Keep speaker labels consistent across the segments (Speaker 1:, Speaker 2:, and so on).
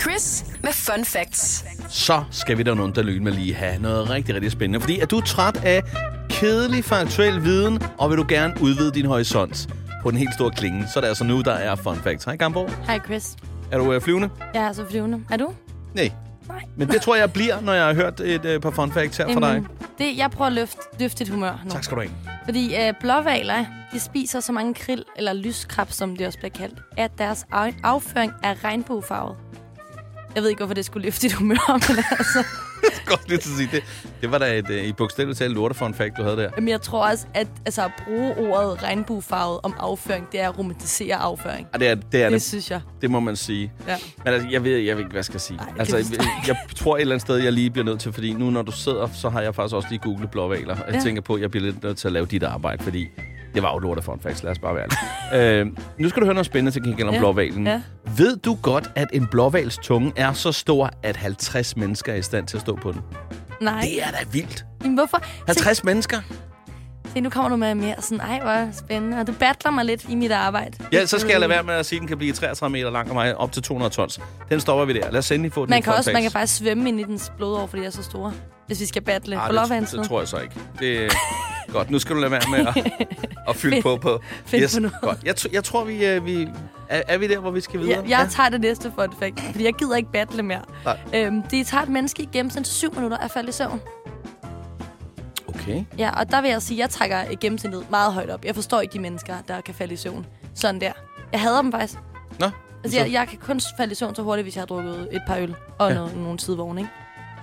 Speaker 1: Chris med Fun Facts.
Speaker 2: så skal vi da nogen, der lykke med lige have noget rigtig, rigtig spændende. Fordi er du træt af kedelig faktuel viden, og vil du gerne udvide din horisont på den helt store klinge, så er det altså nu, der er fun facts. Hej Gambo,
Speaker 3: Hej Chris.
Speaker 2: er du øh, flyvende?
Speaker 3: Jeg er så flyvende. Er du?
Speaker 2: Nej.
Speaker 3: Nej.
Speaker 2: Men det tror jeg bliver, når jeg har hørt et øh, par fun facts her fra dig.
Speaker 3: Det, jeg prøver at løfte, løfte dit humør nu.
Speaker 2: Tak skal du have.
Speaker 3: Fordi øh, blåvaler, de spiser så mange krill, eller lyskrab, som det også bliver kaldt, at deres af- afføring er regnbuefarvet. Jeg ved ikke, hvorfor det skulle løfte dit humør, men altså...
Speaker 2: Godt lige til at sige det. Det var da et, øh, i bogstaveligt talt lorte fun fact, du havde der.
Speaker 3: Men jeg tror også, at altså, at bruge ordet regnbuefarvet om afføring, det er at romantisere afføring.
Speaker 2: Ja, Ah, det er det. Er
Speaker 3: Det
Speaker 2: det.
Speaker 3: synes jeg.
Speaker 2: det må man sige.
Speaker 3: Ja.
Speaker 2: Men altså, jeg ved, jeg ved ikke, hvad jeg skal sige.
Speaker 3: Ej, det
Speaker 2: altså,
Speaker 3: kan jeg
Speaker 2: jeg, jeg tror et eller andet sted, jeg lige bliver nødt til, fordi nu når du sidder, så har jeg faktisk også lige googlet blåvaler. Jeg
Speaker 3: Ja.
Speaker 2: tænker på, at jeg bliver lidt nødt til at lave dit arbejde, fordi det var jo lort af fun facts, lad os bare være ærlige. øh, nu skal du høre noget spændende til gengæld om
Speaker 3: Ja,
Speaker 2: blåvalen.
Speaker 3: ja.
Speaker 2: Ved du godt, at en blåvals tunge er så stor, at 50 mennesker er i stand til at stå på den?
Speaker 3: Nej,
Speaker 2: Det er da vildt.
Speaker 3: men hvorfor?
Speaker 2: 50 mennesker?
Speaker 3: Se, se, nu kommer du med mere sådan, ej, hvor er det spændende. Og du battler mig lidt i mit arbejde.
Speaker 2: Ja, så skal jeg lade være med at sige, at den kan blive 33 meter lang og mig op til 200 tons. Den stopper vi der. Lad os endelig få den
Speaker 3: Man
Speaker 2: i
Speaker 3: kan,
Speaker 2: fun
Speaker 3: også, man
Speaker 2: facts.
Speaker 3: kan faktisk svømme ind i dens blodår, fordi de er så store. Hvis vi skal battle.
Speaker 2: Ej,
Speaker 3: På
Speaker 2: Ah, det, det
Speaker 3: lovvandet.
Speaker 2: tror jeg så ikke. Det er godt. Nu skal du lade være med at, at fylde på på.
Speaker 3: Find på noget.
Speaker 2: Godt. Jeg, tr- jeg tror, vi, øh, vi er, er vi der, hvor vi skal videre?
Speaker 3: Ja, jeg tager det næste fun fact, fordi jeg gider ikke battle mere.
Speaker 2: Nej.
Speaker 3: Øhm, det tager et menneske i gennemsnit 7 minutter at falde i søvn.
Speaker 2: Okay.
Speaker 3: Ja, og der vil jeg sige, at jeg trækker et gennemsnit meget højt op. Jeg forstår ikke de mennesker, der kan falde i søvn. Sådan der. Jeg hader dem faktisk.
Speaker 2: Nå,
Speaker 3: Altså,
Speaker 2: Så-
Speaker 3: jeg, jeg kan kun falde i søvn så hurtigt, hvis jeg har drukket et par øl og ja. noget, nogle tidvogne, ikke?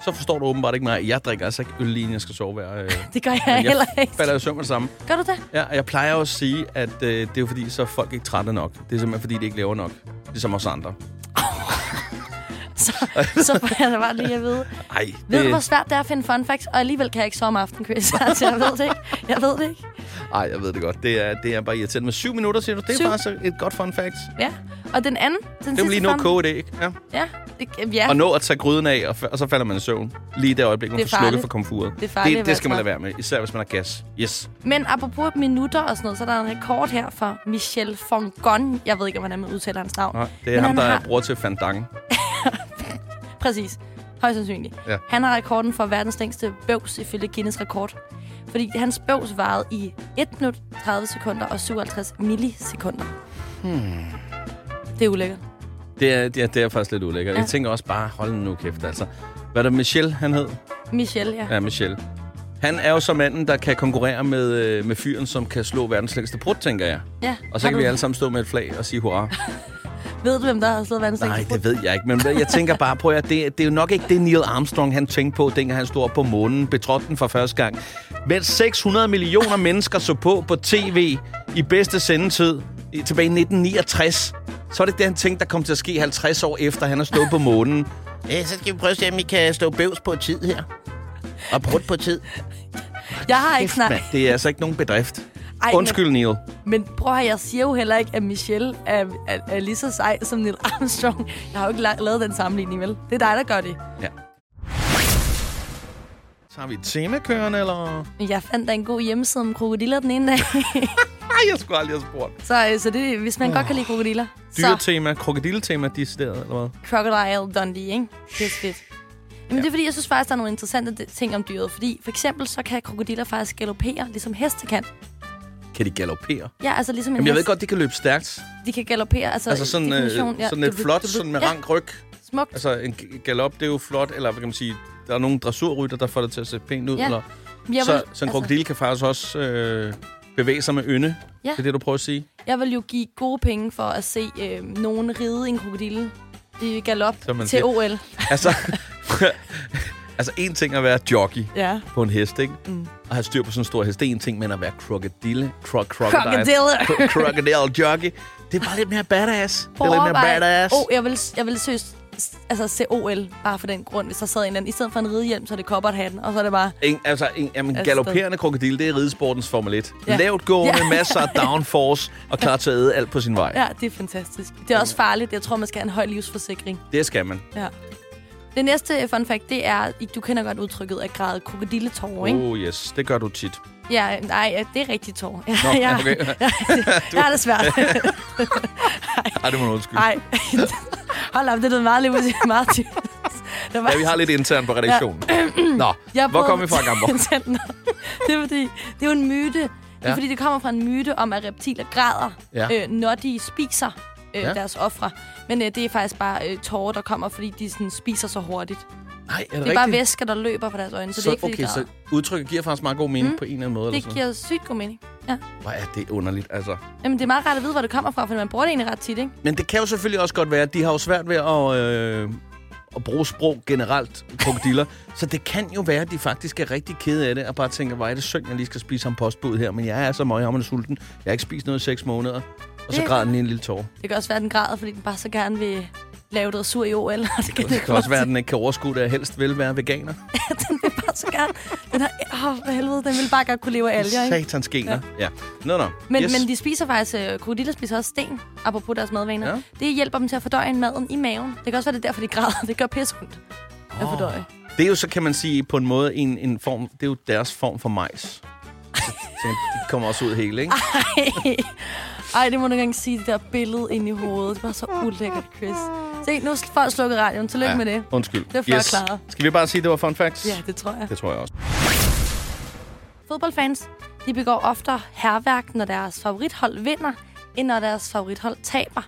Speaker 2: så forstår du åbenbart ikke mig. Jeg drikker altså ikke øl, lige inden jeg skal sove hver... Øh,
Speaker 3: Det gør jeg,
Speaker 2: men
Speaker 3: heller
Speaker 2: jeg
Speaker 3: ikke.
Speaker 2: falder jo i søvn med det samme.
Speaker 3: Gør du det?
Speaker 2: Ja, og jeg plejer også at sige, at øh, det er jo fordi, så er folk ikke trætte nok. Det er simpelthen fordi, de ikke laver nok. Ligesom os andre.
Speaker 3: Så, så får jeg da bare lige at vide.
Speaker 2: Ej,
Speaker 3: Ved du, hvor
Speaker 2: det,
Speaker 3: svært det er at finde fun facts? Og alligevel kan jeg ikke sove om aftenen, Chris. Altså, jeg ved det ikke. Jeg ved det ikke.
Speaker 2: ej, jeg ved det godt. Det er, det er bare irriterende. Men syv minutter, siger du, det er
Speaker 3: Syv.
Speaker 2: faktisk et godt fun fact.
Speaker 3: Ja. Og den anden, den
Speaker 2: Det er jo
Speaker 3: sidste
Speaker 2: lige nå at
Speaker 3: fun-
Speaker 2: koge det, ikke? Ja.
Speaker 3: Ja, det, ja.
Speaker 2: Og nå at tage gryden af, og, f- og så falder man i søvn. Lige i det øjeblik, man
Speaker 3: Det er
Speaker 2: får slukket
Speaker 3: farligt.
Speaker 2: for komfuret.
Speaker 3: Det er farligt
Speaker 2: det,
Speaker 3: at
Speaker 2: det
Speaker 3: være
Speaker 2: skal man lade
Speaker 3: træt.
Speaker 2: være med, især hvis man har gas. Yes.
Speaker 3: Men apropos minutter og sådan noget, så er der en rekord her for Michel Fongon. Jeg ved ikke, hvordan man udtaler hans navn.
Speaker 2: Nej, det er
Speaker 3: Men
Speaker 2: ham,
Speaker 3: han
Speaker 2: der har...
Speaker 3: har-
Speaker 2: er bror til Fandange.
Speaker 3: Præcis. Højst sandsynligt.
Speaker 2: Ja.
Speaker 3: Han har rekorden for verdens længste bøvs ifølge Guinness rekord. Fordi hans bøvs varede i 1 minut, 30 sekunder og 57 millisekunder. Hmm. Det er ulækkert.
Speaker 2: Det er, det, er, det er faktisk lidt ulækkert. Ja.
Speaker 3: Ja.
Speaker 2: Jeg tænker også bare, hold nu kæft, altså. Hvad er det, Michel, han hed?
Speaker 3: Michel, ja. ja.
Speaker 2: Ja, Michel. Han er jo så manden, der kan konkurrere med, øh, med fyren, som kan slå verdens længste prut, tænker jeg.
Speaker 3: ja.
Speaker 2: Og så
Speaker 3: Har
Speaker 2: kan
Speaker 3: du,
Speaker 2: vi alle sammen stå med et flag og sige hurra.
Speaker 3: Ved du, hvem der har slået verdens
Speaker 2: Nej,
Speaker 3: længste
Speaker 2: det ved jeg ikke. Men jeg tænker bare på, at det, det er jo nok ikke det, Neil Armstrong han tænkte på, dengang han stod op på månen, betrådte den for første gang. Men 600 millioner mennesker så på på tv i bedste sendetid i- tilbage i 1969. Så er det det, han tænkte, der kom til at ske 50 år efter, han har stået på månen.
Speaker 4: Ja, så skal vi prøve at se, om vi kan stå bøvs på tid her. Og brudt på tid.
Speaker 3: Jeg har ikke snakket.
Speaker 2: Men det er altså ikke nogen bedrift.
Speaker 3: Ej, men-
Speaker 2: Undskyld, Neil.
Speaker 3: Men prøv at høre, jeg siger jo heller ikke, at Michelle er, er, er lige så sej som Neil Armstrong. Jeg har jo ikke la- lavet den sammenligning, vel? Det er dig, der gør det.
Speaker 2: Ja. Så har vi et tema kørende, eller?
Speaker 3: Men Jeg fandt da en god hjemmeside om krokodiller den ene dag.
Speaker 2: Nej, jeg skulle aldrig have spurgt.
Speaker 3: så, øh, så det, hvis man oh. godt kan lide krokodiller, så
Speaker 2: Dyretema, krokodilletema, decideret, eller hvad?
Speaker 3: Crocodile Dundee, ikke? Det er fedt. Jamen, ja. det er fordi, jeg synes faktisk, der er nogle interessante de- ting om dyret. Fordi for eksempel, så kan krokodiller faktisk galopere, ligesom heste kan.
Speaker 2: Kan de galopere?
Speaker 3: Ja, altså ligesom en
Speaker 2: Jamen, jeg ved
Speaker 3: hest.
Speaker 2: godt, det kan løbe stærkt.
Speaker 3: De kan galopere, altså...
Speaker 2: Altså sådan, øh,
Speaker 3: definition,
Speaker 2: sådan lidt
Speaker 3: Du- du-
Speaker 2: flot,
Speaker 3: du-
Speaker 2: sådan med
Speaker 3: ja,
Speaker 2: rank ryg.
Speaker 3: Smukt.
Speaker 2: Altså en g- galop, det er jo flot, eller hvad kan man sige, der er nogle dressurrytter, der får det til at se pænt ud.
Speaker 3: Ja.
Speaker 2: Eller,
Speaker 3: Men jeg
Speaker 2: så,
Speaker 3: vil-
Speaker 2: så en
Speaker 3: altså-
Speaker 2: krokodil kan faktisk også øh, bevæge sig med ynde.
Speaker 3: Ja.
Speaker 2: Det er det, du prøver at sige.
Speaker 3: Jeg vil jo give gode penge for at se øh, nogen ride en krokodille i galop
Speaker 2: Som man
Speaker 3: til
Speaker 2: siger.
Speaker 3: OL.
Speaker 2: Altså, altså en ting er at være jockey
Speaker 3: Ja.
Speaker 2: på en hest, ikke? Mm. Og have styr på sådan en stor hest. Det er en ting, men at være krokodille, kro crocodile,
Speaker 3: Krokodille.
Speaker 2: kro- crocodile jockey, det er bare lidt mere badass. Det er lidt mere
Speaker 3: Overvej-
Speaker 2: badass.
Speaker 3: Oh, jeg vil, jeg vil søs, altså, se OL bare for den grund, hvis der sad en eller anden. I stedet for en ridehjelm, så er det kobberthatten, og så er det bare...
Speaker 2: En, altså, en, jamen,
Speaker 3: Afsted.
Speaker 2: galopperende krokodil, det er ridesportens Formel 1. Ja.
Speaker 3: Ja.
Speaker 2: Lavt gående, ja.
Speaker 3: Ja.
Speaker 2: masser af downforce og klar til at æde alt på sin vej. Ja.
Speaker 3: Ja, det er fantastisk. Det er også farligt. Jeg tror, man skal have en høj livsforsikring.
Speaker 2: Det skal man.
Speaker 3: Ja. Det næste øh, fun fact, det er, du kender godt udtrykket at græde krokodilletårer, ikke?
Speaker 2: Oh yes, det gør du tit.
Speaker 3: Ja, nej, ja, det er rigtig tårer. Ja,
Speaker 2: Oh. Nå,
Speaker 3: jeg,
Speaker 2: okay.
Speaker 3: jeg, jeg, jeg er det svært.
Speaker 2: Ej, det må du undskylde.
Speaker 3: Nej. Hold op, det lød meget, lidt- meget tydeligt. Der var
Speaker 2: Ja, vi har lidt intern på redaktionen. Nå, hvor
Speaker 3: Jeg prøvede-
Speaker 2: kom vi fra, Gambo?
Speaker 3: Tænder. det er fordi, det er jo en myte. Det er
Speaker 2: Ja.
Speaker 3: ja. fordi, det kommer fra en myte om, at reptiler græder,
Speaker 2: Ja.
Speaker 3: ja. øh, når de spiser øh,
Speaker 2: Ja.
Speaker 3: ja. deres ofre. Men øh, det er faktisk bare øh, tårer, der kommer, fordi de sådan, spiser så hurtigt. Det
Speaker 2: Nej, er det,
Speaker 3: er bare væsker, der løber fra deres øjne, så, så det er ikke, fordi
Speaker 2: okay,
Speaker 3: okay, de
Speaker 2: så
Speaker 3: græder.
Speaker 2: udtrykket giver faktisk meget god mening mm.
Speaker 3: Mm.
Speaker 2: på en eller anden måde. Eller
Speaker 3: Det
Speaker 2: sådan.
Speaker 3: giver sygt god mening. Ja.
Speaker 2: Hvor er det underligt, altså.
Speaker 3: Jamen, det er meget rart at vide, hvor det kommer fra, for man bruger det egentlig ret tit, ikke?
Speaker 2: Men det kan jo selvfølgelig også godt være, at de har jo svært ved at, øh, at bruge sprog generelt, krokodiller. så det kan jo være, at de faktisk er rigtig kede af det, og bare tænker, hvor er det synd, jeg lige skal spise ham postbud her, men jeg er så møghamrende sulten. Jeg har ikke spist noget i seks måneder. Og så
Speaker 3: Det-
Speaker 2: græder den lige en lille tårer.
Speaker 3: Det kan også være, at den græder, fordi den bare så gerne vil lave noget sur i OL. og Det
Speaker 2: Det kan også være, at den ikke kan overskue det, og helst vil være veganer.
Speaker 3: den vil bare så gerne... Den har... Åh, for helvede, den vil bare gerne kunne leve af alger, ikke?
Speaker 2: Satans gener. Ja. ja. Nå, nå.
Speaker 3: Men,
Speaker 2: yes.
Speaker 3: yes. men de spiser faktisk, øh, krokodiller spiser også sten, apropos deres madvaner.
Speaker 2: Ja.
Speaker 3: Ja. Det hjælper dem til at fordøje maden i maven. Det kan også være, det er derfor, de græder. Det gør pisse ondt at fordøje.
Speaker 2: Det er jo så, kan man sige, på en måde en, en form... Det er jo deres form for majs. Så, så de kommer også ud helt, ikke?
Speaker 3: Ah, Ej, det må du ikke engang sige, det der billede inde i hovedet. Det var så ulækkert, Chris. Se, nu skal folk slukke radioen. Tillykke ja. med det.
Speaker 2: Undskyld.
Speaker 3: Det er før klaret.
Speaker 2: Skal vi bare sige, at det var fun facts?
Speaker 3: Ja, det tror jeg.
Speaker 2: Det tror jeg også.
Speaker 3: Fodboldfans, de begår oftere herværk, når deres favorithold vinder, end når deres favorithold taber.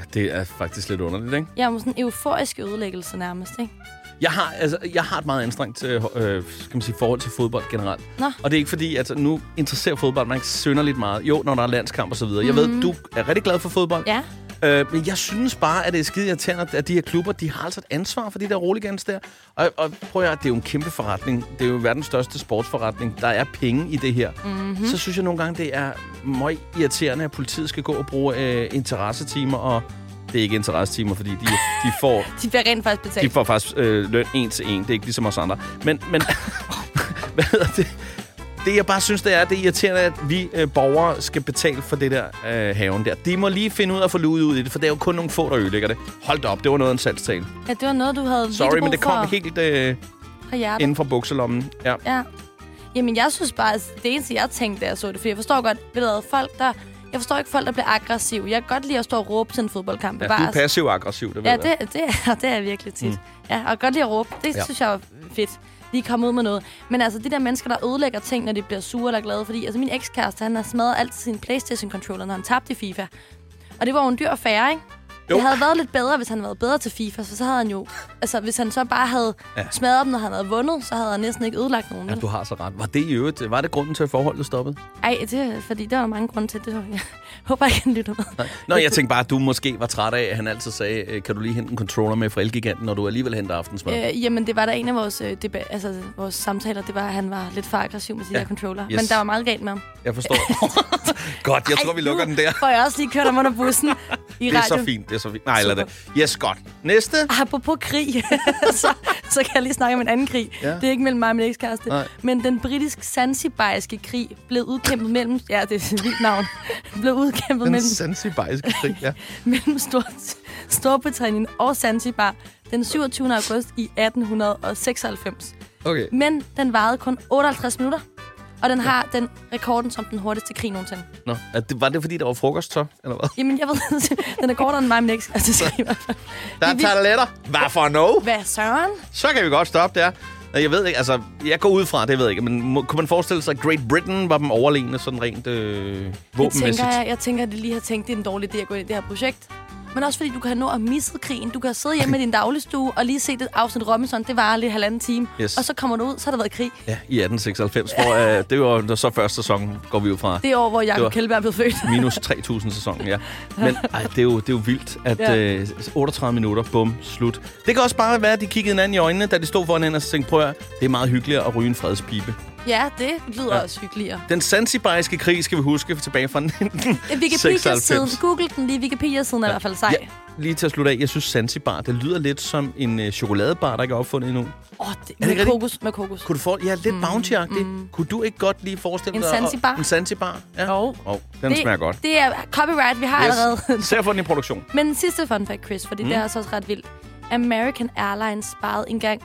Speaker 2: Ja, Det er faktisk lidt underligt, ikke?
Speaker 3: Jeg er sådan en euforisk ødelæggelse nærmest, ikke?
Speaker 2: Jeg har, altså, jeg har et meget anstrengt øh, øh, skal man sige, forhold til fodbold generelt.
Speaker 3: Nå.
Speaker 2: Og det er ikke fordi, at nu interesserer fodbold mig ikke synderligt meget. Jo, når der er landskamp og så videre. Jeg ved, du er rigtig glad for fodbold.
Speaker 3: Ja.
Speaker 2: Øh, men jeg synes bare, at det er skide irriterende, at de her klubber, de har altså et ansvar for de der roligans der. Og, og prøv at høre, det er jo en kæmpe forretning. Det er jo verdens største sportsforretning. Der er penge i det her. Mm-hmm. Så synes jeg nogle gange, det er meget irriterende, at politiet skal gå og bruge øh, interessetimer og... Det er ikke interessetimer, fordi de, de får
Speaker 3: De bliver rent faktisk betalt.
Speaker 2: de får faktisk øh, løn en til en. Det er ikke ligesom os andre. Men, men hvad hedder det? Det, jeg bare synes, det er, det er irriterende, at vi øh, borgere skal betale for det der øh, haven der. De må lige finde ud af at få luet ud i det, for det er jo kun nogle få, der ødelægger det. Hold da op, det var noget af en salgstale.
Speaker 3: Ja, det var noget, du havde
Speaker 2: Sorry,
Speaker 3: virkelig
Speaker 2: men
Speaker 3: brug
Speaker 2: det kom
Speaker 3: for,
Speaker 2: helt øh,
Speaker 3: fra hjertet.
Speaker 2: inden fra bukselommen. Ja.
Speaker 3: Ja. Jamen, jeg synes bare, altså, det eneste, jeg tænkte, da jeg så det, fordi jeg forstår godt, ved du hvad, folk, der... Jeg forstår ikke folk, der bliver aggressive. Jeg kan godt lide at stå og råbe til en fodboldkamp.
Speaker 2: Ja, du er
Speaker 3: bevares.
Speaker 2: passiv-aggressiv, det ved
Speaker 3: ja,
Speaker 2: jeg.
Speaker 3: det, det, er, det er jeg virkelig tit. Mm. Ja, og godt lide at råbe. Det
Speaker 2: Ja.
Speaker 3: ja. synes jeg er fedt. Lige komme ud med noget. Men altså, de der mennesker, der ødelægger ting, når de bliver sure eller glade. Fordi altså, min ekskæreste, han har smadret altid sin Playstation-controller, når han tabte i FIFA. Og det var jo en dyr affære, ikke?
Speaker 2: Jo.
Speaker 3: Jo. Det havde været lidt bedre, hvis han havde været bedre til FIFA, så, så havde han jo... Altså, hvis han så bare havde
Speaker 2: Ja.
Speaker 3: ja. smadret dem, når han havde vundet, så havde han næsten ikke ødelagt nogen.
Speaker 2: Ja,
Speaker 3: vel?
Speaker 2: du har så ret. Var det i øvrigt, øh, var det grunden til, at forholdet stoppede?
Speaker 3: Ej, det er fordi, der var mange grunde til det. Jeg håber ikke, han lytter med.
Speaker 2: Nå, jeg tænkte bare, at du måske var træt af, at han altid sagde, øh, kan du lige hente en controller med fra Elgiganten, når du alligevel henter aftensmad?
Speaker 3: Øh, jamen, det var der en af vores, øh, deba- altså, vores samtaler, det var, at han var lidt for aggressiv med de
Speaker 2: Ja,
Speaker 3: ja. der controller.
Speaker 2: yes.
Speaker 3: Men der var meget galt med ham.
Speaker 2: Jeg forstår. godt, jeg tror, vi lukker den der.
Speaker 3: Får jeg også lige kørt ham under bussen i
Speaker 2: Det er
Speaker 3: radio.
Speaker 2: så fint, det er så fint. Nej, lad det. Yes, godt. Næste.
Speaker 3: Apropos krig, så, så kan jeg lige snakke om en anden krig.
Speaker 2: Ja.
Speaker 3: Ja. Det er ikke mellem mig og min ekskæreste.
Speaker 2: Nej.
Speaker 3: Men den britisk-sanzibariske krig blev udkæmpet mellem... Ja, det er et vildt navn. blev udkæmpet
Speaker 2: Den
Speaker 3: mellem,
Speaker 2: sansibariske krig, ja.
Speaker 3: mellem Stor- Storbritannien og Zanzibar den 27. august i 1896.
Speaker 2: Okay.
Speaker 3: Men den varede kun 58 minutter, og den har den rekorden som den hurtigste krig nogensinde.
Speaker 2: Nå, er det, var det fordi, der var frokost så, eller hvad?
Speaker 3: Jamen, jeg ved, den er kortere end mig, men ikke altså, skriver.
Speaker 2: Der er
Speaker 3: Vi-
Speaker 2: tartaletter. Hvad for no?
Speaker 3: Hvad søren?
Speaker 2: Så kan vi godt stoppe der. Nå, Jeg ved ikke, altså, jeg går ud fra, det ved jeg ikke, men må, kunne man forestille sig, at Great Britain var dem overlegne sådan rent øh,
Speaker 3: Det
Speaker 2: våbenmæssigt?
Speaker 3: tænker jeg, jeg tænker, at de lige har tænkt, det er en dårlig idé at gå ind i det her projekt. Men også fordi du kan have nået at misse krigen. Du kan sidde hjemme i din dagligstue og lige se det afsnit Robinson. Det varer lige halvanden time.
Speaker 2: Yes.
Speaker 3: Og så kommer du ud, så har der været krig.
Speaker 2: Ja, i 1896, hvor øh, det var jo så første sæson, går vi ud fra.
Speaker 3: Det er år, hvor
Speaker 2: Det var-
Speaker 3: Jacob Kjellberg blev født.
Speaker 2: Minus 3.000 sæsonen, ja. Men ej, det, er jo, det er jo vildt, at ja.
Speaker 3: Ja.
Speaker 2: øh, 38 minutter, bum, slut. Det kan også bare være, at de kiggede hinanden i øjnene, da de stod foran hinanden og tænkte, prøv at høre, det er meget hyggeligere at ryge en fredspipe.
Speaker 3: Ja, det lyder ja. også hyggeligere. Eh,
Speaker 2: Den sanzibariske krig skal vi huske tilbage fra 19...
Speaker 3: Wikipedia-siden.
Speaker 2: 96.
Speaker 3: Google den lige. Wikipedia-siden er i hvert fald sej.
Speaker 2: Ja, lige til at slutte af, jeg synes Zanzibar, det lyder lidt som en øh, chokoladebar, der ikke er opfundet endnu.
Speaker 3: Åh, det,
Speaker 2: ikke
Speaker 3: med
Speaker 2: rigtigt?
Speaker 3: kokos. Med kokos.
Speaker 2: Kunne du for... Ja, lidt mm, bounty mm. Kunne du ikke godt lige forestille
Speaker 3: En
Speaker 2: dig... at-
Speaker 3: Zanzibar?
Speaker 2: En Zanzibar, ja.
Speaker 3: Jo.
Speaker 2: Oh, den det, smager godt.
Speaker 3: Det er copyright, vi har yes. allerede.
Speaker 2: Ser for den i produktion.
Speaker 3: Men en sidste fun fact, Chris, fordi mm. det er altså også ret vildt. American Airlines sparede engang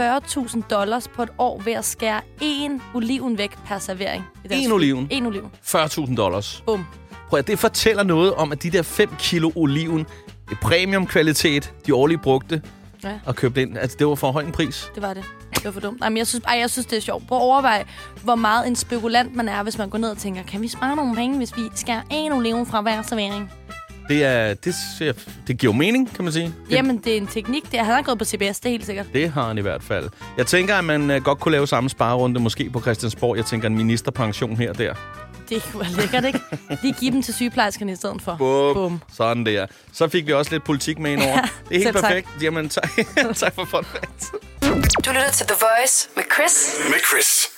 Speaker 3: 40.000 dollars på et år ved at skære én oliven væk per servering. i deres
Speaker 2: En
Speaker 3: fly.
Speaker 2: oliven?
Speaker 3: En oliven.
Speaker 2: 40.000 dollars.
Speaker 3: Bum.
Speaker 2: Prøv at, det fortæller noget om, at de der 5 kilo oliven i premium-kvalitet, de årlige brugte,
Speaker 3: Ja.
Speaker 2: og købte ind. Altså, det var for høj en pris.
Speaker 3: Det var det. Det var for dumt. Ej, men jeg synes, ej, jeg synes det er sjovt. Prøv at overveje, hvor meget en spekulant man er, hvis man går ned og tænker, kan vi spare nogle penge, hvis vi skærer en oliven fra hver servering?
Speaker 2: Det, er, det, ser- det giver jo mening, kan man sige. Det,
Speaker 3: Jamen, det er en teknik. Det, han har gået på CBS, det er helt sikkert.
Speaker 2: det har han i hvert fald. Jeg tænker, at man øh, godt kunne lave samme sparerunde, måske på Christiansborg. Jeg tænker en ministerpension her og der.
Speaker 3: Det kunne være lækkert, ikke? Lige give dem til sygeplejerskerne i stedet for.
Speaker 2: Bum.
Speaker 3: Bum.
Speaker 2: Sådan der. Så fik vi også lidt politik med ind over. det er helt
Speaker 3: selv tak.
Speaker 2: perfekt. Jamen, tak, tak for fun fact.
Speaker 1: Du lytter til The Voice med Chris.
Speaker 5: Med Chris.